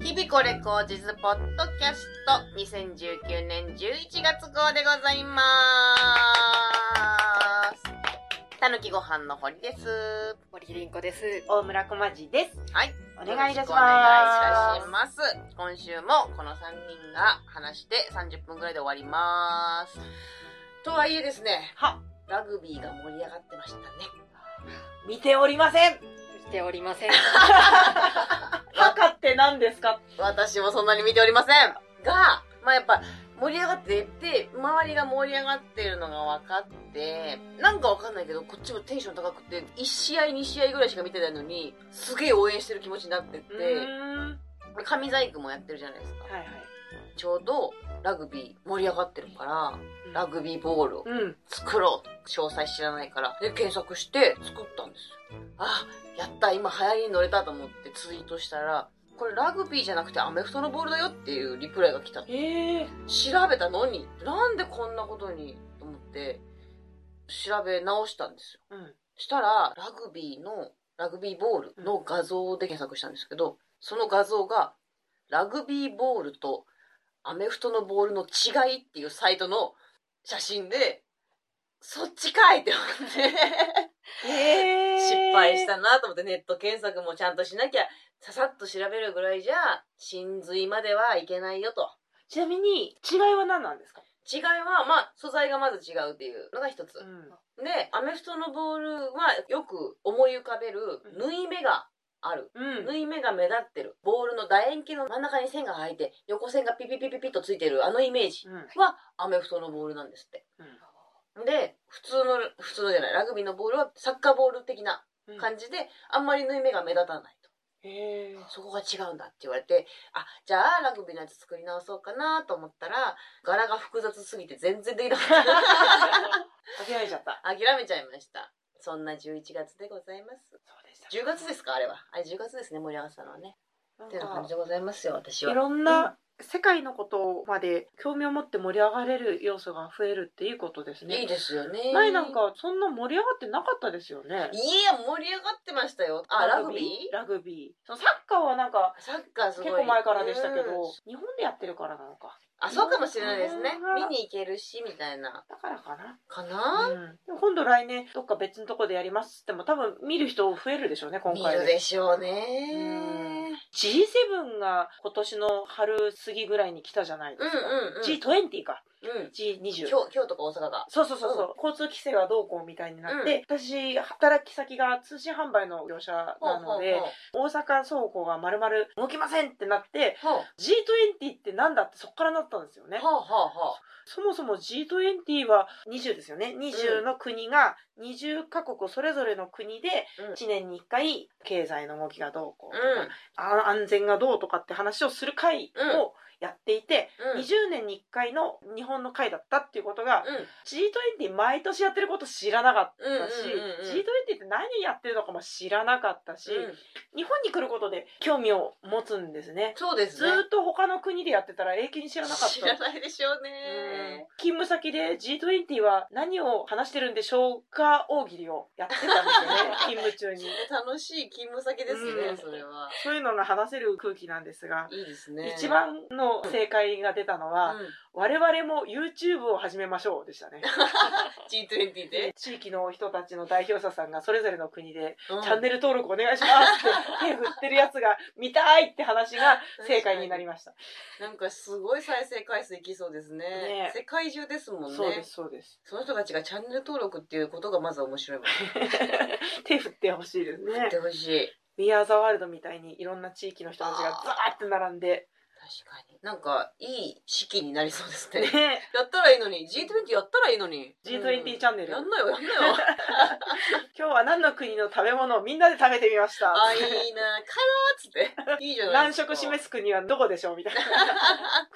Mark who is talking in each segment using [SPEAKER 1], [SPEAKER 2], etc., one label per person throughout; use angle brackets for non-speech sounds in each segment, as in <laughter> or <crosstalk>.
[SPEAKER 1] ニコレ口実ポッドキャスト2019年11月号でございまーす。たぬきご飯の堀です。
[SPEAKER 2] 森凛子です。
[SPEAKER 3] 大村こまじです。
[SPEAKER 1] はい。
[SPEAKER 3] お願いいたしま
[SPEAKER 1] よろくお願いいた
[SPEAKER 3] す
[SPEAKER 1] します。今週もこの3人が話して30分くらいで終わります。とはいえですね、
[SPEAKER 3] は、
[SPEAKER 1] ラグビーが盛り上がってましたね。
[SPEAKER 3] 見ておりません。
[SPEAKER 2] しており
[SPEAKER 3] <laughs>
[SPEAKER 2] ません。
[SPEAKER 3] はかって何ですか
[SPEAKER 1] 私もそんなに見ておりませんが、まあやっぱ盛り上がってって、周りが盛り上がってるのが分かって、なんか分かんないけど、こっちもテンション高くて、1試合2試合ぐらいしか見てないのに、すげえ応援してる気持ちになってて、
[SPEAKER 3] は
[SPEAKER 1] 神細工もやってるじゃないですか
[SPEAKER 3] い。はい。
[SPEAKER 1] ちょうどラグビー盛り上がってるから、ラグビーボールを
[SPEAKER 3] うん。
[SPEAKER 1] 作ろうと詳細知らないから、で、検索して作ったんですよ。あ、やった、今流行りに乗れたと思ってツイートしたら、これラグビーじゃなくてアメフトのボールだよっていうリプライが来た。調
[SPEAKER 3] ええ
[SPEAKER 1] べたのに、なんでこんなことにと思って、調べ直したんですよ。
[SPEAKER 3] うん。
[SPEAKER 1] したら、ラグビーの、ラグビーボールの画像で検索したんですけど、その画像が、ラグビーボールとアメフトのボールの違いっていうサイトの写真で、そっちかいって思って、
[SPEAKER 3] ええ
[SPEAKER 1] 失敗し。たなと思って、ネット検索もちゃんとしなきゃ、ささっと調べるぐらいじゃ、真髄まではいけないよと。
[SPEAKER 3] ちなみに、違いは何なんですか
[SPEAKER 1] 違いは、まあ、素材がまず違うっていうのが一つ。
[SPEAKER 3] ん
[SPEAKER 1] で、アメフトのボールはよく思い浮かべる縫い目がある。
[SPEAKER 3] うん。
[SPEAKER 1] 縫い目が目立ってる。ボールの楕円形の真ん中に線が入って、横線がピピピピピッとついてるあのイメージ
[SPEAKER 3] うん。
[SPEAKER 1] はアメフトのボールなんですって。で、普通の、普通のじゃない、ラグビーのボールはサッカーボール的な
[SPEAKER 3] うん。
[SPEAKER 1] 感じで、あんまり縫い目が目立たないと。
[SPEAKER 3] え
[SPEAKER 1] <laughs>
[SPEAKER 3] え
[SPEAKER 1] そこが違うんだって言われて、あ、じゃあラグビーのやつ作り直そうかなと思ったら、柄が複雑すぎて全然できなか
[SPEAKER 3] 諦めちゃった。
[SPEAKER 1] った。諦 <laughs> めちゃいました。そんな11月でございます。
[SPEAKER 3] そうでした
[SPEAKER 1] 10月ですかあれは。あれ10月ですね、盛り上がってたのはね。ってな
[SPEAKER 3] な
[SPEAKER 1] 感
[SPEAKER 3] ん
[SPEAKER 1] じ
[SPEAKER 3] か
[SPEAKER 1] でございますよ、私
[SPEAKER 3] い
[SPEAKER 1] は。
[SPEAKER 3] ろんな世界のことまで興味を持って盛り上がれる要素が増えるっていいことですね。
[SPEAKER 1] いいですよね。
[SPEAKER 3] 前なんかそんな盛り上がってなかったですよね
[SPEAKER 1] い。や、盛り上がってましたよ。あ、ラグビー
[SPEAKER 3] ラグビー。そのサッカーはなんか
[SPEAKER 1] サッカーすごい。
[SPEAKER 3] 結構前からでしたけど
[SPEAKER 1] うん、
[SPEAKER 3] 日本でやってるからなのか。
[SPEAKER 1] あ、そうかもしれないですね
[SPEAKER 3] うん。
[SPEAKER 1] 見に行けるし、みたいな。
[SPEAKER 3] だからかな。
[SPEAKER 1] かな、
[SPEAKER 3] うんでも今度来年どっか別のとこでやりますっても多分見る人増えるでしょうね今
[SPEAKER 1] 見
[SPEAKER 3] 回
[SPEAKER 1] る
[SPEAKER 3] で
[SPEAKER 1] でしょうね。
[SPEAKER 3] G7 が今年の春過ぎぐらいに来たじゃないで
[SPEAKER 1] うん
[SPEAKER 3] すか、
[SPEAKER 1] うんうん。
[SPEAKER 3] G20 か
[SPEAKER 1] うん。
[SPEAKER 3] G20
[SPEAKER 1] 今日、今日とか大阪が。
[SPEAKER 3] そうそうそうそう、交通規制がどうこうみたいになって、私働き先が通信販売の業者なので大阪倉庫がまるまる動きませんってなって
[SPEAKER 1] ほうほうほう。
[SPEAKER 3] G20 ってなんだってそこからなったんですよね
[SPEAKER 1] ほうほうほう
[SPEAKER 3] そもそも G20 は20ですよね20の国が20カ国それぞれの国で
[SPEAKER 1] うん
[SPEAKER 3] 1年に1回経済の動きがどうこうと
[SPEAKER 1] うん。
[SPEAKER 3] か、あ安全がどうとかって話をする会
[SPEAKER 1] うん
[SPEAKER 3] をやっていて、
[SPEAKER 1] うん。
[SPEAKER 3] 20年に1回の日本の会だったっていうことが、
[SPEAKER 1] うん。
[SPEAKER 3] G20 毎年やってること知らなかった。
[SPEAKER 1] うん。うん。
[SPEAKER 3] し G20 って何やってるのかも知らなかったし、
[SPEAKER 1] うんうん
[SPEAKER 3] 日本に来ることで興味を持つんですね
[SPEAKER 1] そうです
[SPEAKER 3] ず
[SPEAKER 1] ね。
[SPEAKER 3] ーっと他の国でやってたら永久に知らなかった
[SPEAKER 1] 知らないでしょう
[SPEAKER 3] うん
[SPEAKER 1] ね。
[SPEAKER 3] 勤務先で G20 は何を話してるんでしょうか大喜利をやってたんですよ <laughs> ね勤務中に
[SPEAKER 1] 楽しい勤務先ですね、
[SPEAKER 3] うん
[SPEAKER 1] それは。
[SPEAKER 3] そういうのが話せる空気なんですが、
[SPEAKER 1] いいですね。
[SPEAKER 3] 一番の正解が出たのは、
[SPEAKER 1] うん
[SPEAKER 3] 我々も YouTube を始めましょうでした <laughs> ね
[SPEAKER 1] G20 で、
[SPEAKER 3] 地域の人たちの代表者さんがそれぞれの国で、
[SPEAKER 1] うん
[SPEAKER 3] チャンネル登録お願いします
[SPEAKER 1] <laughs>
[SPEAKER 3] って手振ってるやつが見たいって話が正解になりました、
[SPEAKER 1] なんかすごい再生回数いきそうですね
[SPEAKER 3] ね
[SPEAKER 1] 世界中ですもんね
[SPEAKER 3] そうですそうです <laughs>
[SPEAKER 1] その人たちがチャンネル登録っていうことがまず面白い <laughs> もんね
[SPEAKER 3] 手振ってほしいです
[SPEAKER 1] やっ
[SPEAKER 3] ね
[SPEAKER 1] てほしい
[SPEAKER 3] We are the world みたいにいろんな地域の人たちがザーって並んで
[SPEAKER 1] 確かになんかいい式になりそうですね
[SPEAKER 3] ね
[SPEAKER 1] <laughs> やったらいいのに G20 やったらいいのに
[SPEAKER 3] G20 チャンネル
[SPEAKER 1] やんなよやんなよ
[SPEAKER 3] 今日は何の国の食べ物をみんなで食べてみまし
[SPEAKER 1] <laughs>
[SPEAKER 3] た
[SPEAKER 1] あいいなからーっつっていいじゃない
[SPEAKER 3] 乱
[SPEAKER 1] ですか
[SPEAKER 3] 食
[SPEAKER 1] <laughs>
[SPEAKER 3] 示す国はどこでしょうみたいな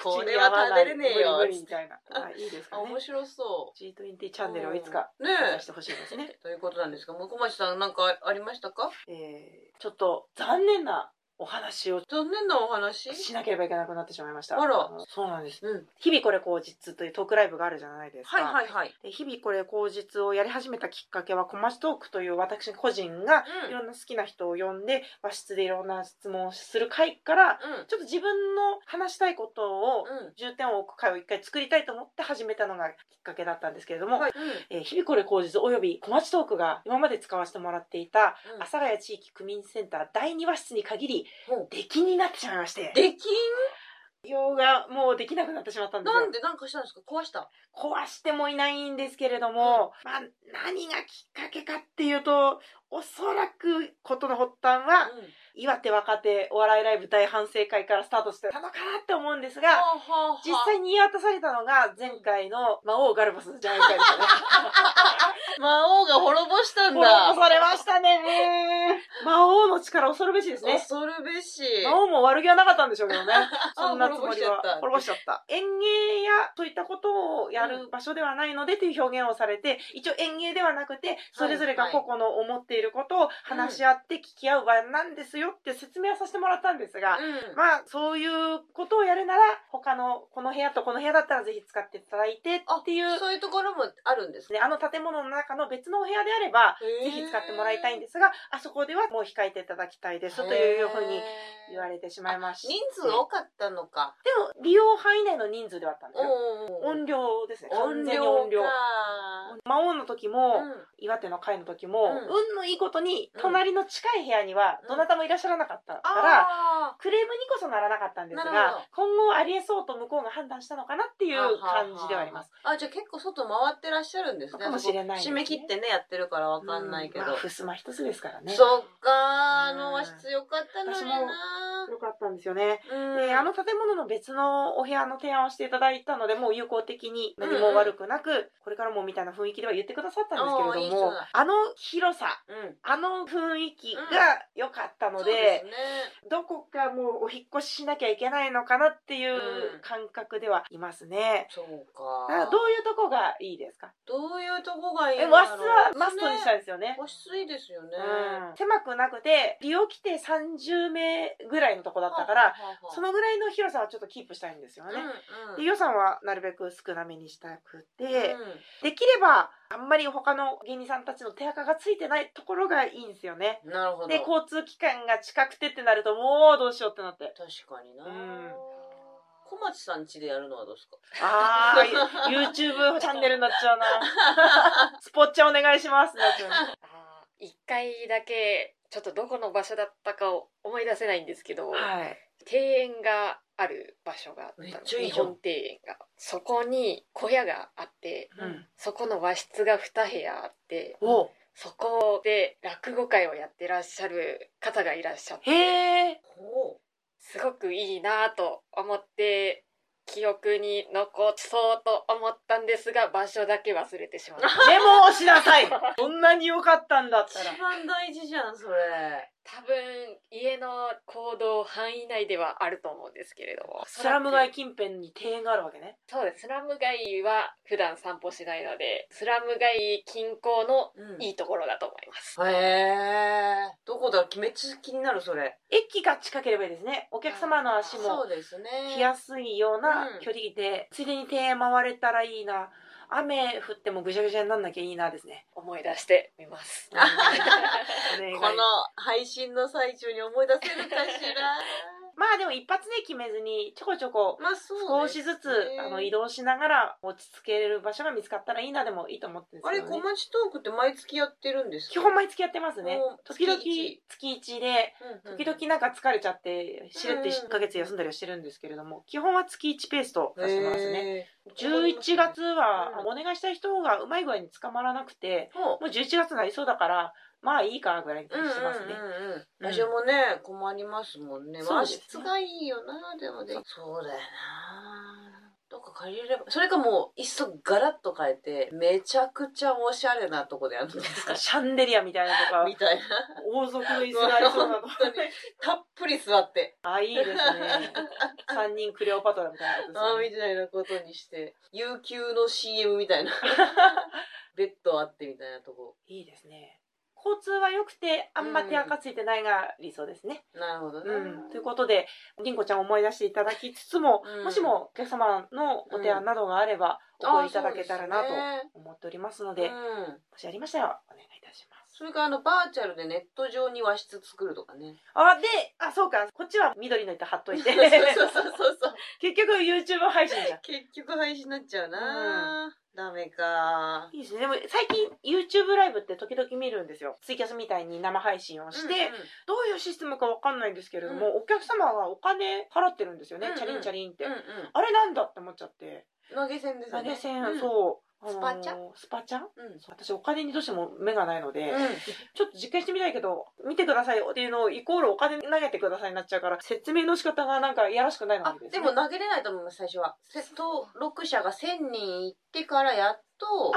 [SPEAKER 1] これは食べれねえよ
[SPEAKER 3] 無理無理みたいなあいいです
[SPEAKER 1] あ
[SPEAKER 3] かね
[SPEAKER 1] 面白そう
[SPEAKER 3] G20 チャンネルをいつか
[SPEAKER 1] ねえ
[SPEAKER 3] 話してほしいですね、
[SPEAKER 1] ということなんですが、もこまちさんなんかありましたか？
[SPEAKER 3] えーちょっと残念なお話を
[SPEAKER 1] 残念なお話
[SPEAKER 3] しなければいけなくなってしまいました
[SPEAKER 1] あら
[SPEAKER 3] のそうなんです
[SPEAKER 1] うん
[SPEAKER 3] 日々これ口実というトークライブがあるじゃないですか
[SPEAKER 1] はいはいはい
[SPEAKER 3] で日々これ口実をやり始めたきっかけはコマストークという私個人がいろんな好きな人を呼んで和室でいろんな質問をする会から
[SPEAKER 1] うん
[SPEAKER 3] ちょっと自分の話したいことを
[SPEAKER 1] うん
[SPEAKER 3] 重点を置く会を一回作りたいと思って始めたのがきっかけだったんですけれども、
[SPEAKER 1] はい
[SPEAKER 3] えー日々これ口実および小町トークが今まで使わせてもらっていた
[SPEAKER 1] う
[SPEAKER 3] 阿
[SPEAKER 1] ん
[SPEAKER 3] 佐ヶ谷地域区民センター第2話室に限り
[SPEAKER 1] ほう
[SPEAKER 3] 出禁になってしまいまして
[SPEAKER 1] でき
[SPEAKER 3] 利用がもうできなくなってしまったん
[SPEAKER 1] ん
[SPEAKER 3] です
[SPEAKER 1] な
[SPEAKER 3] よ
[SPEAKER 1] んでなんかしたんですか壊した
[SPEAKER 3] 壊してもいないんですけれども、まあ、何がきっかけかっていうとおそらくことの発端は
[SPEAKER 1] うん
[SPEAKER 3] 岩手若手お笑いライブ大反省会からスタートしてたのかなって思うんです
[SPEAKER 1] は
[SPEAKER 3] が
[SPEAKER 1] あはあはあ
[SPEAKER 3] 実際に言い渡されたのが前回の魔王ガルバスじゃない
[SPEAKER 1] <laughs>
[SPEAKER 3] かでしたね。
[SPEAKER 1] 魔王が滅ぼしたん
[SPEAKER 3] 滅
[SPEAKER 1] だ
[SPEAKER 3] ぼされまし
[SPEAKER 1] <laughs>
[SPEAKER 3] たね。魔王の力恐るべしですね。
[SPEAKER 1] 恐るべし
[SPEAKER 3] 魔王も悪気はなかったんでしょうけど
[SPEAKER 1] <laughs>
[SPEAKER 3] ね。そんなつもりは
[SPEAKER 1] 滅ぼしちゃった
[SPEAKER 3] 滅ぼしちゃった。園芸やそういったことをやる場所ではないのでという表現をされて、一応園芸ではなくて、それぞれが個々の思っていることを話し合って聞き合う場なんですよって説明はさせてもらったんですが、
[SPEAKER 1] うん
[SPEAKER 3] まあそういうことをやるなら他のこの部屋とこの部屋だったらぜひ使っていただいてっていう
[SPEAKER 1] そういうところもあるんです
[SPEAKER 3] ね、あの建物の中の別のお部屋であればぜひ使ってもらいたいんですが、あそこではもう控えていただきたいですというふうに言わ
[SPEAKER 1] れ
[SPEAKER 3] れてしまいました。
[SPEAKER 1] 人数多かったのか
[SPEAKER 3] でも、利用範囲内の人数ではあったんですよ。
[SPEAKER 1] お
[SPEAKER 3] 音量ですね。完
[SPEAKER 1] 音
[SPEAKER 3] 全
[SPEAKER 1] 量
[SPEAKER 3] に
[SPEAKER 1] か
[SPEAKER 3] 音量。魔王の時も、岩手の会の時も、
[SPEAKER 1] うん
[SPEAKER 3] 運のいいことに、
[SPEAKER 1] うん
[SPEAKER 3] 隣の近い部屋には
[SPEAKER 1] うん
[SPEAKER 3] どなたもいらっしゃらなかったから、
[SPEAKER 1] あ
[SPEAKER 3] クレームにこそならなかったんです
[SPEAKER 1] なるほ
[SPEAKER 3] が
[SPEAKER 1] ど、
[SPEAKER 3] 今後ありえそうと向こうが判断したのかなってい
[SPEAKER 1] ー
[SPEAKER 3] う感じではあります。
[SPEAKER 1] あじゃあ結構外回ってらっしゃるんですね
[SPEAKER 3] かもしれないです
[SPEAKER 1] 締
[SPEAKER 3] ね
[SPEAKER 1] め切ってねやってるからわかんないけど
[SPEAKER 3] うまあ、ふすま一つですからね。
[SPEAKER 1] そっかーあの和室よかったのに
[SPEAKER 3] 私も
[SPEAKER 1] な
[SPEAKER 3] よかったんですよね。
[SPEAKER 1] うん
[SPEAKER 3] であの建物の別のお部屋の提案をしていただいたのでもう友好的に何も悪くなく、これからもみたいな雰囲気では言ってくださったんですけれど
[SPEAKER 1] あーいい人
[SPEAKER 3] も
[SPEAKER 1] だ
[SPEAKER 3] あの広さ
[SPEAKER 1] うん
[SPEAKER 3] あの雰囲気が良かったの
[SPEAKER 1] そう
[SPEAKER 3] で,、
[SPEAKER 1] ですね
[SPEAKER 3] どこかもうお引っ越ししなきゃいけないのかなっていう
[SPEAKER 1] うん
[SPEAKER 3] 感覚ではいますね。
[SPEAKER 1] そう
[SPEAKER 3] だから
[SPEAKER 1] か
[SPEAKER 3] どういうとこがいいですか
[SPEAKER 1] どういうとこがいい
[SPEAKER 3] え
[SPEAKER 1] んだ
[SPEAKER 3] 和室
[SPEAKER 1] ろう
[SPEAKER 3] はマストにした
[SPEAKER 1] ね
[SPEAKER 3] いですよね。
[SPEAKER 1] 和室いいですよね
[SPEAKER 3] うん、狭くなくて利用規定30名ぐらいのとこだったか
[SPEAKER 1] は
[SPEAKER 3] ら
[SPEAKER 1] あはあはあ
[SPEAKER 3] そのぐらいの広さはちょっとキープしたいんですよね。
[SPEAKER 1] うんうん
[SPEAKER 3] で予算はなるべく少なめにしたくて、
[SPEAKER 1] うん
[SPEAKER 3] できればあんまり他の芸人さんたちの手垢がついてないところがいいんですよね。
[SPEAKER 1] なるほど。
[SPEAKER 3] で交通機関が近くてってなるともうどうしようってな
[SPEAKER 1] <laughs>
[SPEAKER 3] って
[SPEAKER 1] 確かにな。
[SPEAKER 3] うん
[SPEAKER 1] 小町さん家でやるのはどうですか。
[SPEAKER 3] ああ YouTube チャンネルになっ
[SPEAKER 1] <laughs>
[SPEAKER 3] ちゃうなスポッチャお願いしますなっちゃうな
[SPEAKER 2] あー一回だけちょっとどこの場所だったかを思い出せないんですけど、
[SPEAKER 3] はい
[SPEAKER 2] 庭園がある場所があったの
[SPEAKER 1] めっちゃいい
[SPEAKER 2] 日
[SPEAKER 1] じゃん
[SPEAKER 2] 本庭園がそこに小屋があってそこの和室が2部屋あって
[SPEAKER 3] お
[SPEAKER 2] そこで落語会をやってらっしゃる方がいらっしゃって
[SPEAKER 3] へえ
[SPEAKER 1] ほ
[SPEAKER 2] すごくいいなぁと思って記憶に残そうと思ったんですが場所だけ忘れてしまった
[SPEAKER 3] メモをしなさいそんなに良かったんだっ
[SPEAKER 1] 一
[SPEAKER 3] たら
[SPEAKER 1] 番大事じゃんそれ。
[SPEAKER 2] 多分家の行動範囲内ではあると思うんですけれども
[SPEAKER 3] スラム街近辺に庭園があるわけね
[SPEAKER 2] そうですスラム街は普段散歩しないのでスラム街近郊の
[SPEAKER 1] うん
[SPEAKER 2] いいところだと思います、
[SPEAKER 1] へえ。どこだめっちゃ気になるそれ。
[SPEAKER 3] 駅が近ければいいですねお客様の足も
[SPEAKER 1] そうですね。
[SPEAKER 3] 来やすいよう
[SPEAKER 1] う
[SPEAKER 3] なん距離で、ついでに庭園回れたらいいな雨降ってもぐちゃぐちゃになんなきゃいいなで
[SPEAKER 1] <laughs>
[SPEAKER 3] すね。
[SPEAKER 2] 思い出してみます
[SPEAKER 3] うんお願い
[SPEAKER 1] この配信の最中に思い出せるかしら。
[SPEAKER 3] まあでも一発で決めずにちょこちょこ
[SPEAKER 1] <laughs> まあそう、
[SPEAKER 3] 少
[SPEAKER 1] ね。
[SPEAKER 3] しずつ、あの移動しながら落ち着ける場所が見つかったらいいなでもいいと思ってるんです
[SPEAKER 1] あ
[SPEAKER 3] け
[SPEAKER 1] れ
[SPEAKER 3] ど、ね、
[SPEAKER 1] 小町トークって毎月やってるんですか。
[SPEAKER 3] 基本毎月やってますね
[SPEAKER 1] お
[SPEAKER 3] 時々
[SPEAKER 1] 月一
[SPEAKER 3] 月1で
[SPEAKER 1] うんうん
[SPEAKER 3] 時々なんか疲れちゃってしれっと
[SPEAKER 1] うん
[SPEAKER 3] 1ヶ月休んだりはしてるんですけれども基本は月1ペースとさせてますね
[SPEAKER 1] へえ
[SPEAKER 3] 11月は
[SPEAKER 1] うん
[SPEAKER 3] お願いしたい人がうまい具合に捕まらなくて、
[SPEAKER 1] ほう
[SPEAKER 3] もう11月になりそうだから、まあいいかぐらいにして
[SPEAKER 1] うんうん
[SPEAKER 3] ますね。
[SPEAKER 1] うんうん場所もね困りますもんね
[SPEAKER 3] そう
[SPEAKER 1] 和
[SPEAKER 3] ですね
[SPEAKER 1] 室がいいよなでもねそうだよなどっか借りればそれかもういっそガラッと変えてめちゃくちゃおしゃれなとこでやるんです
[SPEAKER 3] <laughs>
[SPEAKER 1] か
[SPEAKER 3] シャンデリアみたいなとか、
[SPEAKER 1] みたいな
[SPEAKER 3] 王族の椅子がありそうなとか。
[SPEAKER 1] たっぷり座って
[SPEAKER 3] あ、いい <laughs> ですね。三人クレオパトラみたいなことです
[SPEAKER 1] あー
[SPEAKER 3] ね
[SPEAKER 1] みたいなことにして有
[SPEAKER 3] <laughs>
[SPEAKER 1] 給の CM みたいなベッドあってみたいなとこ
[SPEAKER 3] いいですね。交通は良くてあんま手垢ついてないが理想ですね。
[SPEAKER 1] なるほどね、
[SPEAKER 3] うん、ということでりんこちゃんを思い出していただきつつも、
[SPEAKER 1] うん
[SPEAKER 3] もしもお客様のご提案などがあればお
[SPEAKER 1] あ
[SPEAKER 3] 声
[SPEAKER 1] ー
[SPEAKER 3] いただけたらなと
[SPEAKER 1] そうですね
[SPEAKER 3] 思っておりますので
[SPEAKER 1] うん、
[SPEAKER 3] もしありましたらお願いいたします。
[SPEAKER 1] それからあのバーチャルでネット上に和室作るとかね
[SPEAKER 3] あであそうかこっちは緑の糸貼っとい <laughs> て
[SPEAKER 1] そうそうそうそう
[SPEAKER 3] 結局 YouTube 配信じゃん。
[SPEAKER 1] 結局配信になっちゃうな、ダメか
[SPEAKER 3] いいですねでも最近 YouTube ライブって時々見るんですよツイキャスみたいに生配信をして、どういうシステムかわかんないんですけれども、お客様がお金払ってるんですよね、
[SPEAKER 1] うんうん
[SPEAKER 3] チャリンチャリンって、
[SPEAKER 1] うんうん
[SPEAKER 3] あれなんだって思っちゃって
[SPEAKER 1] うん投げ銭ですよ
[SPEAKER 3] 投
[SPEAKER 1] ね
[SPEAKER 3] げ銭、
[SPEAKER 1] うん
[SPEAKER 3] そう、
[SPEAKER 1] スパチャ
[SPEAKER 3] スパチャ
[SPEAKER 1] うんうん
[SPEAKER 3] そう私お金にどうしても目がないので、ちょっと実験してみたいけど見てくださいよっていうのをイコールお金投げてくださいになっちゃうから説明の仕方がなんかいやらしくないの
[SPEAKER 1] あ
[SPEAKER 3] もいい
[SPEAKER 1] です
[SPEAKER 3] ね
[SPEAKER 1] も投げれないと思います最初はせ登録者が1000人いってからやっと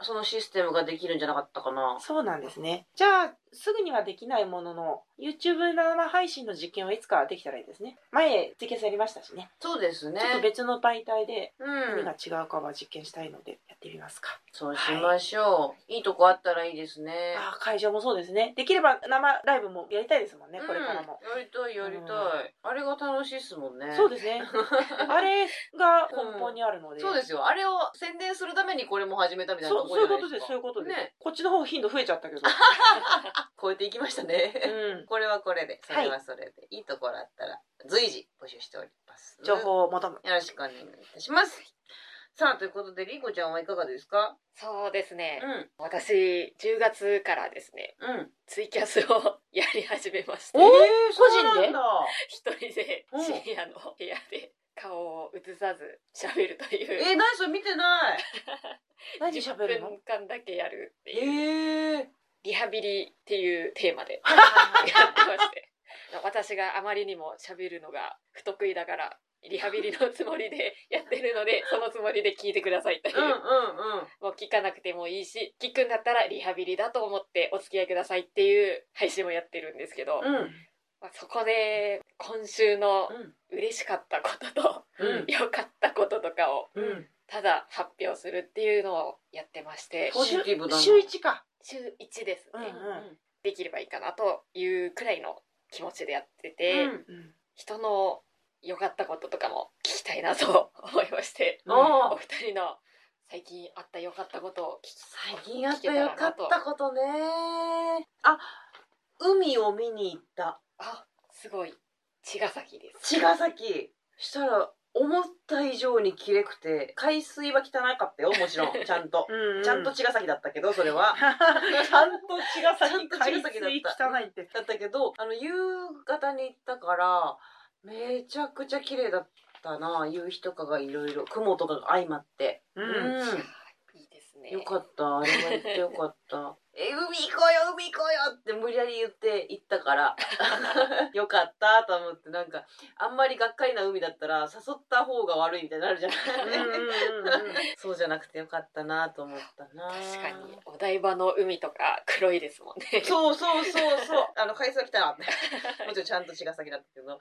[SPEAKER 3] あ
[SPEAKER 1] そのシステムができるんじゃなかったかな
[SPEAKER 3] ーそうなんですねじゃあすぐにはできないものの YouTube 生配信の実験はいつかできたらいいですね前ツイキャスやりましたしね
[SPEAKER 1] そうですね
[SPEAKER 3] ちょっと別の媒体で
[SPEAKER 1] う
[SPEAKER 3] 何
[SPEAKER 1] ん
[SPEAKER 3] が違うかは実験したいのでやってみますか、
[SPEAKER 1] そうしましょう、い、いとこあったらいいですね
[SPEAKER 3] あー会場もそうですねできれば生ライブもやりたいですもんね
[SPEAKER 1] うん
[SPEAKER 3] これからも、
[SPEAKER 1] やりたいやりたい、
[SPEAKER 3] うん
[SPEAKER 1] あれが楽しいっすもんね
[SPEAKER 3] そうで
[SPEAKER 1] <laughs>
[SPEAKER 3] すねあれが根本にあるので、
[SPEAKER 1] そうですよあれを宣伝するためにこれも始めたみたいな
[SPEAKER 3] そ
[SPEAKER 1] と
[SPEAKER 3] う
[SPEAKER 1] こ
[SPEAKER 3] そう
[SPEAKER 1] じゃないです
[SPEAKER 3] いうことです
[SPEAKER 1] か
[SPEAKER 3] そういうことです、
[SPEAKER 1] ね
[SPEAKER 3] こっちの方頻度増えちゃったけ
[SPEAKER 1] <laughs>
[SPEAKER 3] ど
[SPEAKER 1] 超えていきましたね、
[SPEAKER 3] う
[SPEAKER 1] <laughs>
[SPEAKER 3] ん
[SPEAKER 1] これはこれでそ
[SPEAKER 3] はい
[SPEAKER 1] れはそれで、い、いところあったら随時募集しております
[SPEAKER 3] 情報を求む
[SPEAKER 1] よろしくお願いいたしますさあということでりんごちゃんはいかがですか
[SPEAKER 2] そうですね
[SPEAKER 1] う。ん
[SPEAKER 2] 私、10月からですね、
[SPEAKER 1] うん
[SPEAKER 2] ツイキャスをやり始めまして、
[SPEAKER 3] お
[SPEAKER 1] 個
[SPEAKER 3] 個
[SPEAKER 1] 人
[SPEAKER 3] 人
[SPEAKER 1] で
[SPEAKER 3] で
[SPEAKER 2] 一人で
[SPEAKER 1] うん
[SPEAKER 2] 深夜の部屋で顔を映さず喋るという、
[SPEAKER 1] えー、何それ見てない
[SPEAKER 3] 何
[SPEAKER 2] 10
[SPEAKER 3] 喋るの
[SPEAKER 2] 分間だけやるってい
[SPEAKER 1] え
[SPEAKER 2] う。
[SPEAKER 1] え
[SPEAKER 2] リハビリっていうテーマでや
[SPEAKER 1] ー、
[SPEAKER 2] ってまして私があまりにも喋るのが不得意だからリハビリのつもりでやってるのでそのつもりで聞いてくださいという、
[SPEAKER 1] うんうんうん
[SPEAKER 2] もう聞かなくてもいいし聞くんだったらリハビリだと思ってお付き合いくださいっていう配信もやってるんですけど、
[SPEAKER 1] うん
[SPEAKER 2] まあ、そこで今週の嬉しかったことと
[SPEAKER 1] うん
[SPEAKER 2] 良かったこととかを
[SPEAKER 1] うんうん
[SPEAKER 2] ただ発表するっていうのをやってまして
[SPEAKER 1] ポジティブだな
[SPEAKER 3] 週週一か
[SPEAKER 2] 週1ですね。
[SPEAKER 3] うん
[SPEAKER 2] できればいいかなというくらいの気持ちでやってて、
[SPEAKER 1] うん
[SPEAKER 2] 人の良かったこととかも聞きたいなと思いまして、
[SPEAKER 3] うん
[SPEAKER 2] お
[SPEAKER 1] おー
[SPEAKER 2] 二人の最近あった良かったことを聞き
[SPEAKER 1] 最近やったよかったことねあ海を見に行った
[SPEAKER 2] あすごい茅ヶ崎です
[SPEAKER 1] 茅ヶ崎したら思った以上にきれくて海水は汚かったよもち
[SPEAKER 3] <laughs>
[SPEAKER 1] ろんちゃんと
[SPEAKER 3] う
[SPEAKER 1] ちゃんと茅ヶ崎だったけどそれは
[SPEAKER 3] ちゃんと茅ヶ
[SPEAKER 1] ちゃん
[SPEAKER 3] 崎
[SPEAKER 1] と茅
[SPEAKER 3] 海
[SPEAKER 1] ヶ崎だっ
[SPEAKER 3] 水
[SPEAKER 1] た
[SPEAKER 3] 汚いって
[SPEAKER 1] だったけどあの夕方に行ったからめちゃくちゃ綺麗だったな夕日とかがいろいろ雲とかが相まって
[SPEAKER 3] う
[SPEAKER 1] うん
[SPEAKER 3] ん
[SPEAKER 2] いいですね
[SPEAKER 1] よかったあれは行ってよかった <laughs> え海行こうよ海行こうよって無理やり言って行ったから <laughs> よかったと思ってなんかあんまりがっかりな海だったら誘った方が悪いみたいになるじゃない
[SPEAKER 3] うんうんうんうん
[SPEAKER 1] そうじゃなくてよかったなと思ったな
[SPEAKER 2] 確かにお台場の海とか黒いですもんね
[SPEAKER 1] そうそうそう
[SPEAKER 3] <laughs>
[SPEAKER 1] そうあの海藻来たなってもちろんちゃんと茅ヶ崎だったけど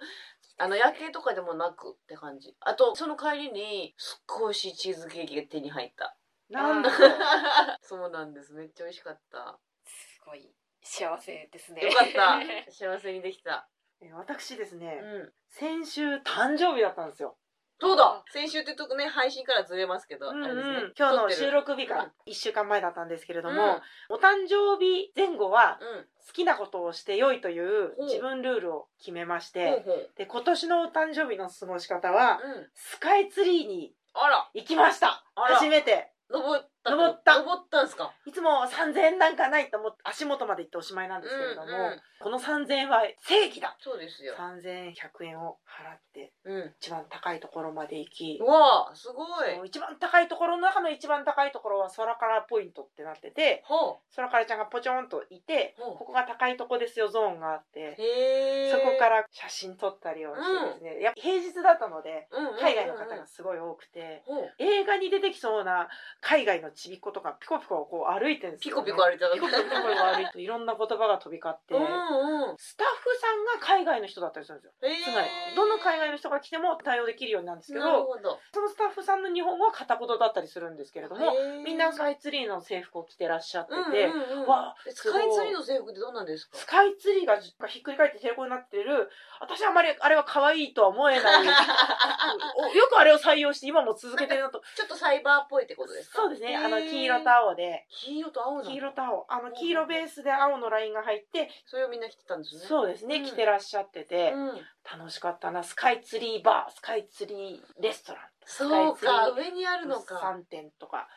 [SPEAKER 1] あの夜景とかでもなくって感じあとその帰りにすっごい美味しいチーズケーキが手に入った
[SPEAKER 3] なんだ
[SPEAKER 2] あ
[SPEAKER 1] そうなんですめっちゃ美味しかった
[SPEAKER 2] すごい幸せですね
[SPEAKER 1] よかっ
[SPEAKER 3] <laughs>
[SPEAKER 1] た幸せにできた
[SPEAKER 3] え私です
[SPEAKER 1] う
[SPEAKER 3] ね
[SPEAKER 1] ん
[SPEAKER 3] 先週誕生日だったんですよ
[SPEAKER 1] そうだ先週ってとこね配信からずれますけど、
[SPEAKER 3] うん
[SPEAKER 1] あれ
[SPEAKER 3] う
[SPEAKER 1] ですね
[SPEAKER 3] ん今日の収
[SPEAKER 1] 録
[SPEAKER 3] 録日から1週間前だったんですけれど
[SPEAKER 1] うん
[SPEAKER 3] もお誕生日前後は
[SPEAKER 1] う
[SPEAKER 3] 好きなことをして良いという
[SPEAKER 1] ほう
[SPEAKER 3] 自分ルールを決めまし
[SPEAKER 1] んほう
[SPEAKER 3] て
[SPEAKER 1] ほう
[SPEAKER 3] で今年のお誕生日の過ごし方は
[SPEAKER 1] うん
[SPEAKER 3] スカイツリーに
[SPEAKER 1] あら
[SPEAKER 3] 行きました
[SPEAKER 1] あら
[SPEAKER 3] 初めて
[SPEAKER 1] 登った
[SPEAKER 3] 登った
[SPEAKER 1] 登ったんすか
[SPEAKER 3] いつも3000円なんかないと思って足元まで行っておしまいなんですけれども、
[SPEAKER 1] うんうん
[SPEAKER 3] この3000円は正義だ
[SPEAKER 1] そうですよ
[SPEAKER 3] 3100円を払って
[SPEAKER 1] うん
[SPEAKER 3] 一番高いところまで行き
[SPEAKER 1] うわあすごい
[SPEAKER 3] そう一番高いところの中の一番高いところは空からポイントってなってて
[SPEAKER 1] ほ
[SPEAKER 3] 空からちゃんがポチョンといて
[SPEAKER 1] ほう
[SPEAKER 3] ここが高いとこですよゾーンがあって
[SPEAKER 1] うへえ
[SPEAKER 3] そこから写真撮ったりをしてですね、やっぱ平日だったので
[SPEAKER 1] うんうんうんうん
[SPEAKER 3] 海外の方がすごい多くて
[SPEAKER 1] ほう
[SPEAKER 3] 映画に出てきそうな海外のちびっ子とかピコピコこう歩いてるんです
[SPEAKER 1] ピ
[SPEAKER 3] よ、
[SPEAKER 1] コ
[SPEAKER 3] ね、
[SPEAKER 1] ピコ歩いてた
[SPEAKER 3] ピコピコピコピコ歩いていろんな言葉が飛び交って
[SPEAKER 1] うんうん
[SPEAKER 3] スタッフさんが海外の人だったりするんですよ
[SPEAKER 1] えー
[SPEAKER 3] つまりどの海外の人が来ても対応できるようになるんですけ
[SPEAKER 1] なる
[SPEAKER 3] ど
[SPEAKER 1] ほど
[SPEAKER 3] そのスタッフさんの日本語は片言だったりするんですけれども
[SPEAKER 1] へー
[SPEAKER 3] みんなスカイツリーの制服を着てらっしゃって
[SPEAKER 1] うんうん
[SPEAKER 3] て、
[SPEAKER 1] うん
[SPEAKER 3] わあ
[SPEAKER 1] え
[SPEAKER 3] す
[SPEAKER 1] ス
[SPEAKER 3] ごい
[SPEAKER 1] カイツリーの制服ってどんなんですか
[SPEAKER 3] スカイツリーがひっくり返って抵抗になってる私はあまりあれは可愛いとは思えない
[SPEAKER 1] <laughs>
[SPEAKER 3] およくあれを採用して今も続けてるなと
[SPEAKER 1] ちょっとサイバーっぽいってことですか
[SPEAKER 3] そうですねあの
[SPEAKER 1] へー
[SPEAKER 3] 黄色と青で
[SPEAKER 1] 黄色と青なの
[SPEAKER 3] 黄色と青あの黄色ベースで青のラインが入って
[SPEAKER 1] それをみんな着てたんですねう、
[SPEAKER 3] そうですね
[SPEAKER 1] ん
[SPEAKER 3] 着てらっしゃってて
[SPEAKER 1] うん、
[SPEAKER 3] 楽しかったなスカイツリーバースカイツリーレストラン
[SPEAKER 1] そう
[SPEAKER 3] スカイ
[SPEAKER 1] か
[SPEAKER 3] ツ
[SPEAKER 1] 上にあるのかは
[SPEAKER 3] 3点とか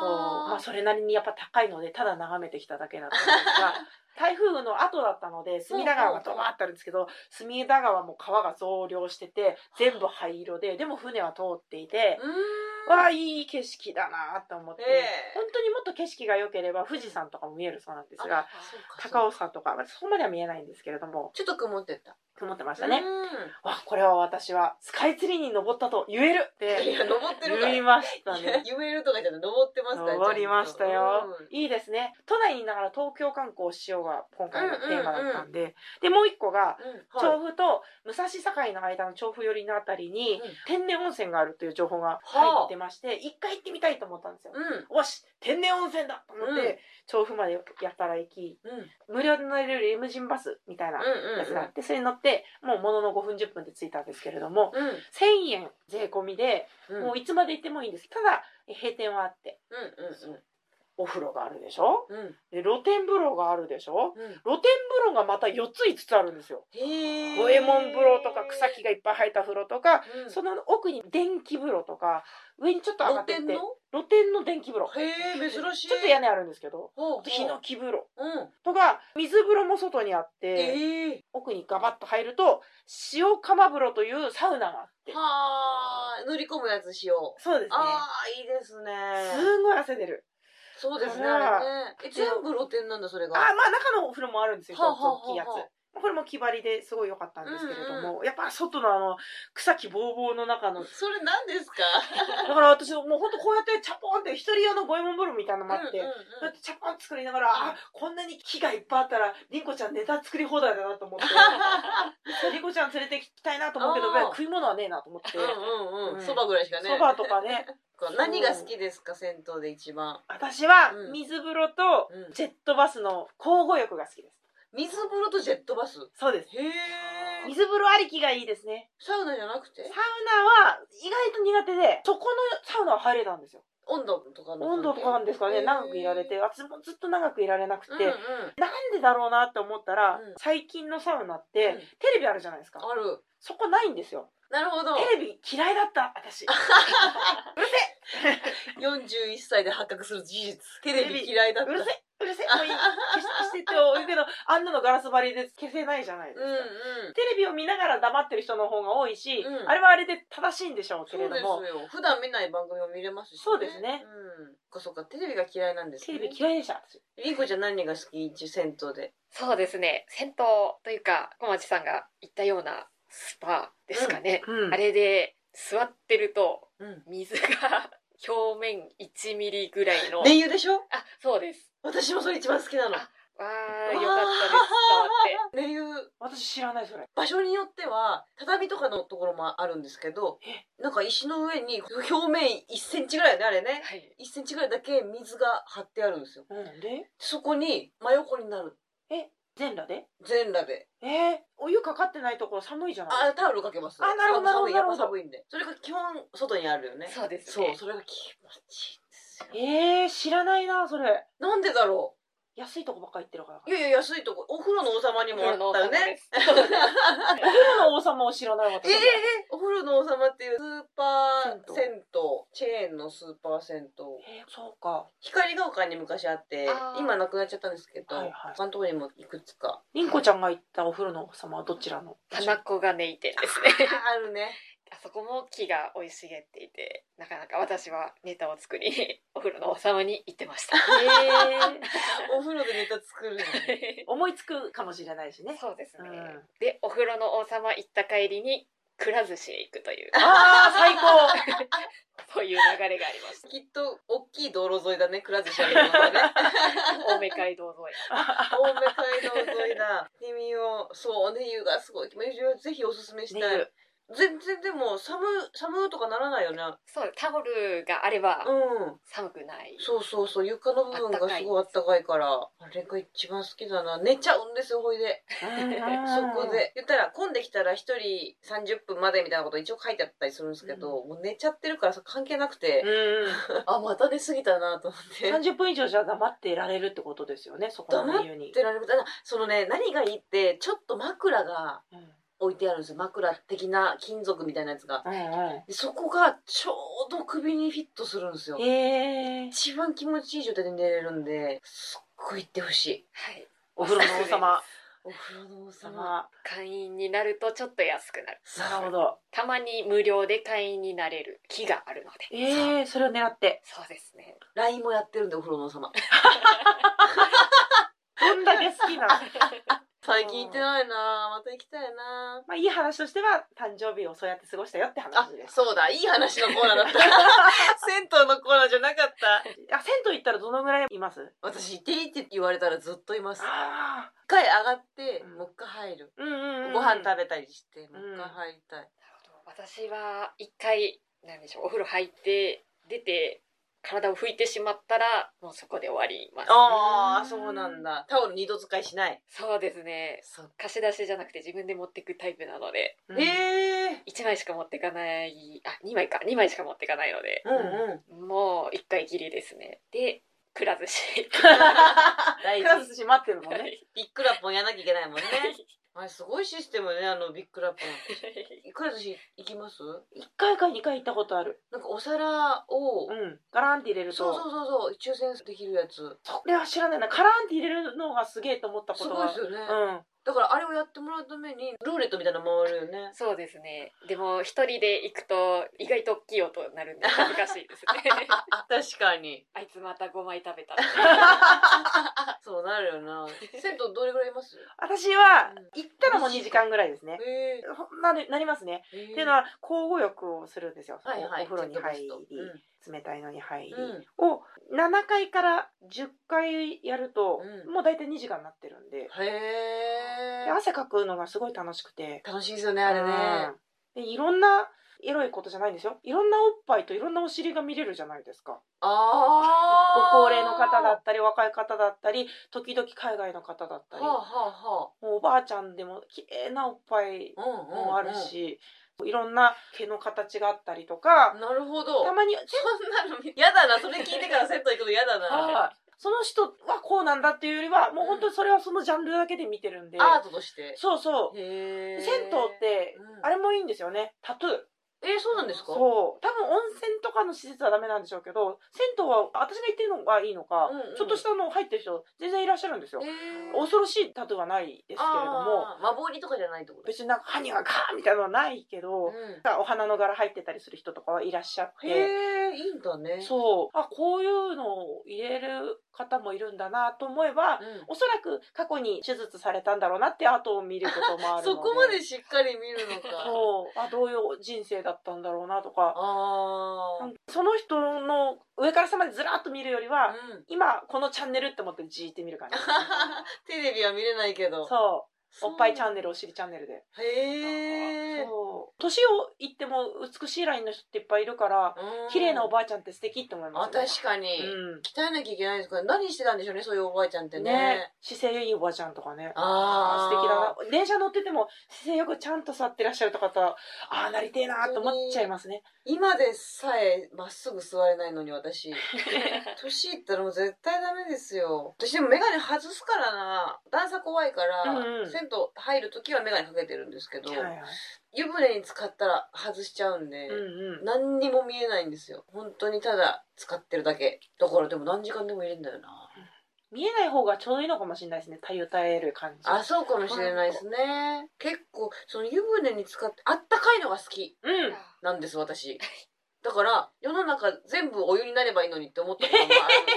[SPEAKER 3] そうま
[SPEAKER 1] あ
[SPEAKER 3] あそれなりにやっぱ高いのでただ眺めてきただけだったんです
[SPEAKER 1] <laughs>
[SPEAKER 3] が台風の後だったので隅田川がドバーってあるんですけど隅田川も川が増量してて全部灰色ででも船は通っていて
[SPEAKER 1] うーん
[SPEAKER 3] わあいい景色だなと思って
[SPEAKER 1] ええ
[SPEAKER 3] 本当にもっと景色が良ければ富士山とかも見えるそうなんですが
[SPEAKER 1] そうかそうか
[SPEAKER 3] 高尾山とかまあそこまでは見えないんですけれども
[SPEAKER 1] ちょっと曇ってた
[SPEAKER 3] 曇ってましたね
[SPEAKER 1] う
[SPEAKER 3] わあこれは私はスカイツリーに登ったと言えるっ
[SPEAKER 1] んい
[SPEAKER 3] て
[SPEAKER 1] や登ってるから
[SPEAKER 3] 言いましたね
[SPEAKER 1] 言えるとかじゃなくて登ってますから
[SPEAKER 3] 登りましたよ、
[SPEAKER 1] ち
[SPEAKER 3] いいですね都内にいながら東京観光しようが今回のテーマだったんで、でもう一個が
[SPEAKER 1] ゃんとうんうんはい
[SPEAKER 3] 調布と武蔵境の間の調布寄りのあたりに
[SPEAKER 1] うん
[SPEAKER 3] 天然温泉があるという情報が入
[SPEAKER 1] はあ
[SPEAKER 3] ってまして、一回行ってみたいと思ったんですよ、
[SPEAKER 1] うん
[SPEAKER 3] よし天然温泉だと思って、
[SPEAKER 1] うん
[SPEAKER 3] 調布までやったら行き
[SPEAKER 1] うんうん
[SPEAKER 3] 無料で乗れるリムジンバスみたいな
[SPEAKER 1] うん
[SPEAKER 3] やつがあって、それに乗ってもうものの5分10分で着いたんですけれども
[SPEAKER 1] うん
[SPEAKER 3] 1000円税込みで、
[SPEAKER 1] うん
[SPEAKER 3] もういつまで行ってもいいんですただ閉店はあって
[SPEAKER 1] う
[SPEAKER 3] お風呂があるでしょ
[SPEAKER 1] んうんうん
[SPEAKER 3] で露天風呂があるでしょ
[SPEAKER 1] うん
[SPEAKER 3] 露天風呂がまた4つ5つあるんですよ
[SPEAKER 1] へえ
[SPEAKER 3] 五右衛門風呂とか草木がいっぱい生えた風呂とか
[SPEAKER 1] うん
[SPEAKER 3] その奥に電気風呂とか上にちょっと上が
[SPEAKER 1] 乗
[SPEAKER 3] っ
[SPEAKER 1] って
[SPEAKER 3] ってて
[SPEAKER 1] んの
[SPEAKER 3] 露天の電気風呂
[SPEAKER 1] へえ珍しい
[SPEAKER 3] ちょっと屋根あるんですけど
[SPEAKER 1] ほうほう
[SPEAKER 3] ヒノキ風呂
[SPEAKER 1] うん
[SPEAKER 3] とか水風呂も外にあって
[SPEAKER 1] ええ
[SPEAKER 3] 奥にガバッと入ると塩釜風呂というサウナがあって
[SPEAKER 1] はあ塗り込むやつしよう
[SPEAKER 3] そうですね
[SPEAKER 1] ああいいですね
[SPEAKER 3] すんごい汗出る
[SPEAKER 1] そうですね
[SPEAKER 3] だから
[SPEAKER 1] あれねえ全部露天なんだそれ
[SPEAKER 3] あま
[SPEAKER 1] が
[SPEAKER 3] あ中のお風呂もあるんですよ
[SPEAKER 1] はあはあ
[SPEAKER 3] 大きいやつ
[SPEAKER 1] はあはあ
[SPEAKER 3] これも木張りですごい良かったんですけれども、
[SPEAKER 1] うん
[SPEAKER 3] やっぱ外のあの草木ぼうぼうの中の
[SPEAKER 1] それ何ですか
[SPEAKER 3] だから私もう本当こうやってチャポンって一人用の五右衛門風呂みたいなのもあって、
[SPEAKER 1] うんうん
[SPEAKER 3] こ
[SPEAKER 1] う
[SPEAKER 3] うやっ
[SPEAKER 1] ん
[SPEAKER 3] てチャポン作りながら、あこんなに木がいっぱいあったらりんこちゃんネタ作り放題だなと思って
[SPEAKER 1] <laughs>
[SPEAKER 3] りんこちゃん連れてきたいなと思うけど
[SPEAKER 1] あー
[SPEAKER 3] 食い物はねえなと思って。
[SPEAKER 1] うんうん
[SPEAKER 3] う
[SPEAKER 1] うんんそばぐらいしかね
[SPEAKER 3] そばとかね
[SPEAKER 1] こう何が好きですか銭湯で一番
[SPEAKER 3] 私は
[SPEAKER 1] うん
[SPEAKER 3] 水風呂と
[SPEAKER 1] うん
[SPEAKER 3] ジェットバスの交互浴が好きです
[SPEAKER 1] 水風呂とジェットバス
[SPEAKER 3] そうです
[SPEAKER 1] へえ
[SPEAKER 3] 水風呂ありきがいいですね
[SPEAKER 1] サウナじゃなくて
[SPEAKER 3] サウナは意外と苦手でそこのサウナは入れたんですよ
[SPEAKER 1] 温度とかの
[SPEAKER 3] 温度とかなんですか
[SPEAKER 1] へ
[SPEAKER 3] ね
[SPEAKER 1] ー
[SPEAKER 3] 長くいられて私もずっと長くいられなくて、
[SPEAKER 1] うんうん
[SPEAKER 3] なんでだろうなって思ったら、
[SPEAKER 1] うん
[SPEAKER 3] 最近のサウナって、
[SPEAKER 1] うん
[SPEAKER 3] テレビあるじゃないですか
[SPEAKER 1] ある
[SPEAKER 3] そこないんですよ
[SPEAKER 1] なるほど
[SPEAKER 3] テレビ嫌いだった私
[SPEAKER 1] <laughs> 41歳で発覚する事実テレ
[SPEAKER 3] テレ
[SPEAKER 1] ビ
[SPEAKER 3] ビ
[SPEAKER 1] 嫌いだっ
[SPEAKER 3] う
[SPEAKER 1] た
[SPEAKER 3] るせえうるせえもういい消し消してって言うけどあんなのガラス張りで消せないじゃないで
[SPEAKER 1] <laughs>
[SPEAKER 3] す
[SPEAKER 1] う
[SPEAKER 3] か、
[SPEAKER 1] んうん
[SPEAKER 3] テレビを見ながら黙ってる人の方が多いし、
[SPEAKER 1] うん
[SPEAKER 3] あれはあれで正しいんでしょうけ
[SPEAKER 1] そう
[SPEAKER 3] れ
[SPEAKER 1] です
[SPEAKER 3] ども
[SPEAKER 1] よ普段見ない番組も見れますし、ね、
[SPEAKER 3] そうですね
[SPEAKER 1] うんこそっかテレビが嫌いなんです
[SPEAKER 3] テ
[SPEAKER 1] ね
[SPEAKER 3] レビ嫌いでした私
[SPEAKER 1] りんこちゃん何が好き一銭湯で
[SPEAKER 2] <laughs> そうですね銭湯というか小町さんが言ったようなスパですかね、
[SPEAKER 3] うん
[SPEAKER 2] あれで座ってると
[SPEAKER 1] うん
[SPEAKER 2] 水が表面1ミリぐらいの
[SPEAKER 1] 電油でしょ
[SPEAKER 2] あそうです
[SPEAKER 1] 私もそれ一番好きなの
[SPEAKER 2] あわーよかったです伝
[SPEAKER 1] <laughs> 電
[SPEAKER 2] わって
[SPEAKER 1] 油
[SPEAKER 3] 私知らないそれ
[SPEAKER 1] 場所によっては畳とかのところもあるんですけどなんか石の上に表面1センチぐらいねあれね
[SPEAKER 2] はい
[SPEAKER 1] 1センチぐらいだけ水が張ってあるんですよ
[SPEAKER 3] うんで
[SPEAKER 1] そこに真横になる
[SPEAKER 3] え全裸で
[SPEAKER 1] 全裸で
[SPEAKER 3] えー、お湯かかってないところ寒いじゃない
[SPEAKER 1] あタオルかけます
[SPEAKER 3] あなるほど
[SPEAKER 1] 寒い
[SPEAKER 3] な
[SPEAKER 1] やっ
[SPEAKER 3] るほ
[SPEAKER 1] ぱ
[SPEAKER 3] ど
[SPEAKER 1] 寒いんでそれが基本外にあるよね
[SPEAKER 2] そうです
[SPEAKER 1] そう
[SPEAKER 2] ね
[SPEAKER 1] それが気持ちいいんですよ
[SPEAKER 3] えー、知らないなそれ
[SPEAKER 1] なんでだろ
[SPEAKER 3] 安いとこばっか行ってるから
[SPEAKER 1] ういやいや安いとこお風呂の王様にもあったよね
[SPEAKER 2] お風呂の王様です
[SPEAKER 3] お風呂の王様を知らない
[SPEAKER 1] え
[SPEAKER 3] 私
[SPEAKER 1] えええお風呂の王様っていうスーパー
[SPEAKER 3] 銭
[SPEAKER 1] 銭湯チェーンのスーパー銭湯
[SPEAKER 3] えーそうか
[SPEAKER 1] 光が丘に昔あって
[SPEAKER 2] あー
[SPEAKER 1] 今なくなっちゃったんですけど、
[SPEAKER 3] はいはい
[SPEAKER 1] 他のところにもいくつか
[SPEAKER 3] りんこちゃんが行ったお風呂の王様はどちらの場所
[SPEAKER 2] 花子がねいてで
[SPEAKER 1] <laughs>
[SPEAKER 2] すね
[SPEAKER 1] あるね
[SPEAKER 2] あそこも木が生い茂っていてなかなか私はネタを作り <laughs> にお風呂の王様に行ってました
[SPEAKER 3] えー、
[SPEAKER 1] お風呂でネタ作るの
[SPEAKER 3] 思いつくかもしれないしね
[SPEAKER 2] <laughs> そうですね、
[SPEAKER 3] うん
[SPEAKER 2] でお風呂の王様行った帰りにくら寿司へ行く
[SPEAKER 1] <laughs>
[SPEAKER 2] という
[SPEAKER 3] ああ最高
[SPEAKER 2] そういう流れがありま
[SPEAKER 1] <laughs>
[SPEAKER 2] した
[SPEAKER 1] きっと大きい道路沿いだねくら寿司あるのは <laughs> ね
[SPEAKER 2] 青梅街道沿い
[SPEAKER 1] 青梅街道沿いだ行ってみようそうね湯がすごい気持ちよぜひおすすめしたい、
[SPEAKER 2] ね
[SPEAKER 1] 全然でも寒寒とかならないよね
[SPEAKER 2] そうタオルがあれば
[SPEAKER 1] うん
[SPEAKER 2] 寒くない、
[SPEAKER 1] そうそうそう床の部分がすごいあったかいからあれが一番好きだな寝ちゃうんですよほいでそこで言ったら混んできたら1人30分までみたいなこと一応書いてあったりするんですけど、もう寝ちゃってるからさ関係なくて、
[SPEAKER 3] う
[SPEAKER 1] あまた寝すぎたなと思って
[SPEAKER 3] ん30分以上じゃ黙っていられるってことですよねそこのメニューに
[SPEAKER 1] 寝てられるただそのね何がいいってちょっと枕が
[SPEAKER 3] うんうん
[SPEAKER 1] 置いてあるんですよ枕的な金属みたいなやつが
[SPEAKER 3] うん
[SPEAKER 1] でそこがちょうど首にフィットするんですよ
[SPEAKER 3] へえ
[SPEAKER 1] 一番気持ちいい状態で寝れるんですっごい行ってほしい
[SPEAKER 2] はい、
[SPEAKER 3] お風呂の王様
[SPEAKER 1] お風呂の王様
[SPEAKER 3] 様
[SPEAKER 2] 会員になるとちょっと安くなる
[SPEAKER 1] そう
[SPEAKER 3] なるほど
[SPEAKER 2] たまに無料で会員になれる木があるので
[SPEAKER 3] ええそれを狙って
[SPEAKER 2] そうですね
[SPEAKER 1] LINE もやってるんでお風呂の王様
[SPEAKER 3] どんだけ好きなの
[SPEAKER 1] 最近行ってないなまた行きたいな
[SPEAKER 3] まあいい話としては誕生日をそうやって過ごしたよって
[SPEAKER 1] あ
[SPEAKER 3] 話です
[SPEAKER 1] そうだいい話のコーナーだ <laughs> った銭湯のコーナーじゃなかった
[SPEAKER 3] あ銭湯行ったらどのぐらいいます
[SPEAKER 1] 私いていいって言われたらずっといます
[SPEAKER 3] ああ
[SPEAKER 1] 一回上がって、
[SPEAKER 3] うん
[SPEAKER 1] もう一回入る、
[SPEAKER 3] うんうんうん
[SPEAKER 1] ご飯食べたりしても
[SPEAKER 3] ん
[SPEAKER 1] う一回入りたい、
[SPEAKER 2] なるほど私は一回なんでしょうお風呂入って出て体を拭いてしまったらもうそこで終わります
[SPEAKER 1] ああそうなんだタオル二度使いしない
[SPEAKER 2] そうですね
[SPEAKER 1] そう
[SPEAKER 2] 貸し出しじゃなくて自分で持ってくタイプなので
[SPEAKER 3] べ
[SPEAKER 1] へえ
[SPEAKER 2] 1枚しか持ってかないあ2枚か2枚しか持ってかないので
[SPEAKER 1] うんうん
[SPEAKER 2] もう1回きりですねでくら寿
[SPEAKER 1] <laughs>
[SPEAKER 2] 司
[SPEAKER 1] 大
[SPEAKER 3] <laughs> クラ
[SPEAKER 1] 事
[SPEAKER 3] ス閉まってるもん
[SPEAKER 2] は
[SPEAKER 3] ね
[SPEAKER 2] い
[SPEAKER 1] ビッグラポンやらなきゃいけ <laughs> ないもんねあれすごいシステムねあのビッグラポンいくら私行きます
[SPEAKER 3] 一回か二回行ったことある
[SPEAKER 1] なんかお皿を、
[SPEAKER 3] うんガランって入れると
[SPEAKER 1] そうそうそうそう抽選できるやつ
[SPEAKER 3] それは知らないなカランって入れるのがすげえと思ったこ
[SPEAKER 1] す
[SPEAKER 3] と
[SPEAKER 1] ごい
[SPEAKER 3] は
[SPEAKER 1] ですよね、
[SPEAKER 3] うん
[SPEAKER 1] だからあれをやってもらうためにルーレットみたいなの回るよね
[SPEAKER 2] そうですねでも一人で行くと意外と大きい音にな <laughs> るんで恥ずかしいですね
[SPEAKER 1] 確かに
[SPEAKER 2] <laughs> あいつまた5枚食べた
[SPEAKER 1] そうなるよな銭湯どれぐらいいます
[SPEAKER 3] 私は
[SPEAKER 1] うん
[SPEAKER 3] 行ったらもう2時間ぐらいですね
[SPEAKER 1] へえ
[SPEAKER 3] ほんななりますね
[SPEAKER 1] っ
[SPEAKER 3] っていうのは交互浴をするんですよ、
[SPEAKER 1] はいはい、
[SPEAKER 3] おお風呂に入り
[SPEAKER 1] ジェットコース
[SPEAKER 3] 冷たいのに入り、
[SPEAKER 1] トうん
[SPEAKER 3] を7回から10回やると、
[SPEAKER 1] うん
[SPEAKER 3] もう大体2時間になってるんで,、
[SPEAKER 1] へ
[SPEAKER 3] で
[SPEAKER 1] え
[SPEAKER 3] 汗かくのがすごい楽しくて
[SPEAKER 1] 楽しいですよねあれね、
[SPEAKER 3] うんでいろんなエロいことじゃないんですよいろんなおっぱいといろんなお尻が見れるじゃないですか
[SPEAKER 1] あ
[SPEAKER 3] ご
[SPEAKER 1] あ
[SPEAKER 3] 高齢の方だったり若い方だったり時々海外の方だった
[SPEAKER 1] は
[SPEAKER 3] り、
[SPEAKER 1] あは
[SPEAKER 3] もうおばあちゃんでも綺麗なおっぱい
[SPEAKER 1] あはあうんうん、うん、
[SPEAKER 3] もあるし、いろんな毛の形があったりとか、
[SPEAKER 1] なるほど
[SPEAKER 3] たまに
[SPEAKER 1] そんなの見やだなそれ聞いてから銭湯行くのやだな
[SPEAKER 3] はいその人はこうなんだっていうよりはもう本当にそれはそのジャンルだけで見てるんで、
[SPEAKER 1] アートとして
[SPEAKER 3] そうそう
[SPEAKER 1] へ
[SPEAKER 3] 銭
[SPEAKER 1] え
[SPEAKER 3] 湯ってあ
[SPEAKER 1] れ
[SPEAKER 3] れもいいんですよねタトゥー
[SPEAKER 1] えーそうなんですか
[SPEAKER 3] そう多分温泉とかの施設はダメなんでしょうけど銭湯は私が行ってるのがいいのか、
[SPEAKER 1] うんうん
[SPEAKER 3] ちょっとしたの入ってる人全然いらっしゃるんですよ
[SPEAKER 1] へえ
[SPEAKER 3] 恐ろしいタトゥーはないですけれども
[SPEAKER 1] あー間りとかじゃないってこと
[SPEAKER 3] 別になんか歯にはガーみたいなのはないけど、
[SPEAKER 1] うん
[SPEAKER 3] お花の柄入ってたりする人とかはいらっしゃって
[SPEAKER 1] へえいいんだね
[SPEAKER 3] そうあこういうのを入れる方もいるんだなと思えば、
[SPEAKER 1] うん
[SPEAKER 3] おそらく過去に手術されたんだろうなって後を見ることもあるの
[SPEAKER 1] そ
[SPEAKER 3] で
[SPEAKER 1] こまでしっかり見るのか
[SPEAKER 3] そうあどういう人生だったんだろうなとか
[SPEAKER 1] ああ
[SPEAKER 3] その人の上から下までずらっと見るよりは、
[SPEAKER 1] うん
[SPEAKER 3] 今このチャンネルって思ってじーって見
[SPEAKER 1] <laughs>
[SPEAKER 3] る感じ
[SPEAKER 1] テレビは見れないけど
[SPEAKER 3] そ
[SPEAKER 1] そう
[SPEAKER 3] おっぱいチャンネルお尻チャンネルで
[SPEAKER 1] へえ
[SPEAKER 3] そう年をいっても美しいラインの人っていっぱいいるから綺麗なお
[SPEAKER 1] ば
[SPEAKER 3] ばあちゃんって素敵って思い
[SPEAKER 1] あ
[SPEAKER 3] ま
[SPEAKER 1] 確
[SPEAKER 3] す、
[SPEAKER 1] かに
[SPEAKER 3] うん
[SPEAKER 1] 鍛えなきゃいけないですから何してたんでしょうねそういうおばあちゃんってね
[SPEAKER 3] ね姿勢いいおばあちゃんとかね
[SPEAKER 1] ああ
[SPEAKER 3] あー素敵だな電車乗ってても姿勢よくちゃんと座ってらっしゃるとかとああなりてえなと思っちゃいますね
[SPEAKER 1] 今でさえまっすぐ座れないのに私年いったらもう絶対ダメですよ私でも眼鏡外すからな段差怖いから、
[SPEAKER 3] うんうん
[SPEAKER 1] 銭湯入る時は眼鏡かけてるんですけど、
[SPEAKER 3] はいはい
[SPEAKER 1] 湯船に使ったら外しちゃうんで、
[SPEAKER 3] うんうん
[SPEAKER 1] 何にも見えないんですよ本当にただ使ってるだけだからでも何時間でもいるんだよな
[SPEAKER 3] 見えない方がちょうどいいのかもしれないですね体を耐える感じ
[SPEAKER 1] あそうかもしれないですね結構その湯船に使ってあったかいのが好き
[SPEAKER 3] うん
[SPEAKER 2] ら
[SPEAKER 3] <laughs>
[SPEAKER 1] なんです私だから世の中全部お湯になればいいのにって思ったこともある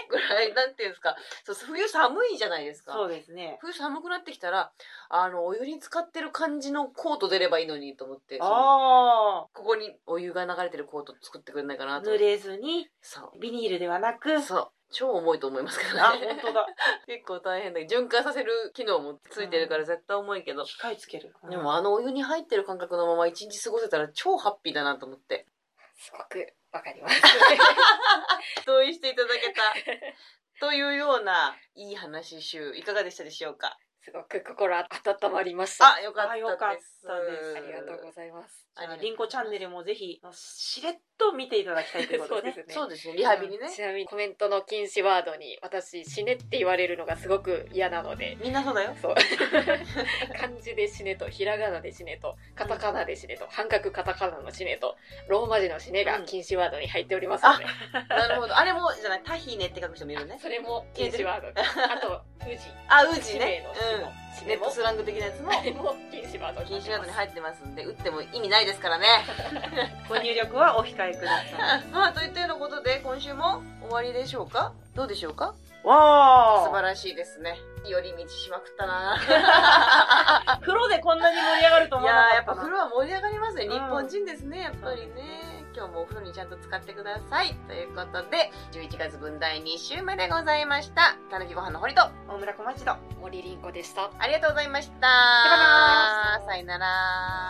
[SPEAKER 1] ぐらいなんていうんですかそう冬寒いじゃないですか
[SPEAKER 3] そうですね
[SPEAKER 1] 冬寒くなってきたらあのお湯に浸かってる感じのコート出ればいいのにと思ってその
[SPEAKER 3] あ
[SPEAKER 1] ここにお湯が流れてるコート作ってくれないか
[SPEAKER 3] あ
[SPEAKER 1] なと
[SPEAKER 3] 濡れずに
[SPEAKER 1] そ
[SPEAKER 3] ビニールではなく
[SPEAKER 1] うそう超重いと思いますけどね
[SPEAKER 3] あ本当だ
[SPEAKER 1] 結構大変だけど循環させる機能もついてるから絶対重いけど、
[SPEAKER 3] 機械つける
[SPEAKER 1] <laughs> でもあのお湯に入ってる感覚のまま一日過ごせたら超ハッピーだなと思って
[SPEAKER 2] <laughs> すごくわかります。
[SPEAKER 1] 同意していただけ <laughs> たというようないい話集いかがでしたでしょうか
[SPEAKER 2] すごく心温まりました。
[SPEAKER 1] あよかった
[SPEAKER 3] あ
[SPEAKER 1] です
[SPEAKER 3] よかったです
[SPEAKER 2] ありがとうございます。
[SPEAKER 3] じゃあリンコチャンネルもぜひしれっと見ていただきたいということですね
[SPEAKER 2] そうで
[SPEAKER 1] そうです
[SPEAKER 2] すね
[SPEAKER 1] ねリハビリね
[SPEAKER 2] うん、ちなみにコメントの禁止ワードに私死ねって言われるのがすごく嫌なので
[SPEAKER 1] みんなそうだよ
[SPEAKER 2] <laughs> そう漢字で死ねとひらがなで死ねとカタカナで死ねと半角カタカナの死ねとローマ字の死ねが禁止ワードに入っておりますので、
[SPEAKER 1] なるほどあれもじゃないタヒネって書く人もいるね
[SPEAKER 2] それも禁止ワードあと富士
[SPEAKER 1] あう
[SPEAKER 2] 氏
[SPEAKER 1] ち
[SPEAKER 2] 名
[SPEAKER 1] ね
[SPEAKER 2] の
[SPEAKER 1] う
[SPEAKER 2] 死
[SPEAKER 1] ん
[SPEAKER 2] ね
[SPEAKER 1] ネッ
[SPEAKER 2] も
[SPEAKER 1] トスラング的なやつも
[SPEAKER 2] あれ <laughs> も禁止ワードに
[SPEAKER 1] 禁
[SPEAKER 2] な
[SPEAKER 1] 止ワー
[SPEAKER 2] ってま
[SPEAKER 1] ドに
[SPEAKER 2] す
[SPEAKER 1] 入ってますんで打っても意味ないです <laughs> からね
[SPEAKER 3] ご入力はお控えくださ
[SPEAKER 1] <laughs>
[SPEAKER 3] い
[SPEAKER 1] まあといったようなことで今週も終わりでしょうかどうでしょうか
[SPEAKER 3] わ
[SPEAKER 1] 素晴
[SPEAKER 3] あ
[SPEAKER 1] らしいですね寄り道しまくったな
[SPEAKER 3] 風呂でこんなに盛り上がると
[SPEAKER 1] <laughs> い
[SPEAKER 3] 思
[SPEAKER 1] や
[SPEAKER 3] わな
[SPEAKER 1] <laughs> ーや
[SPEAKER 3] かっ
[SPEAKER 1] ったぱ
[SPEAKER 3] な
[SPEAKER 1] 風呂は盛り上がりますね
[SPEAKER 3] うん
[SPEAKER 1] 日本人ですね、やっぱりね今日もお風呂にちゃんと使ってくださいということで11月分第2週目でございましたたぬきご飯の堀と
[SPEAKER 3] 大村小町だ
[SPEAKER 2] 森凛子でした
[SPEAKER 1] ありがとうございました
[SPEAKER 2] ありがとうございました
[SPEAKER 1] さよなら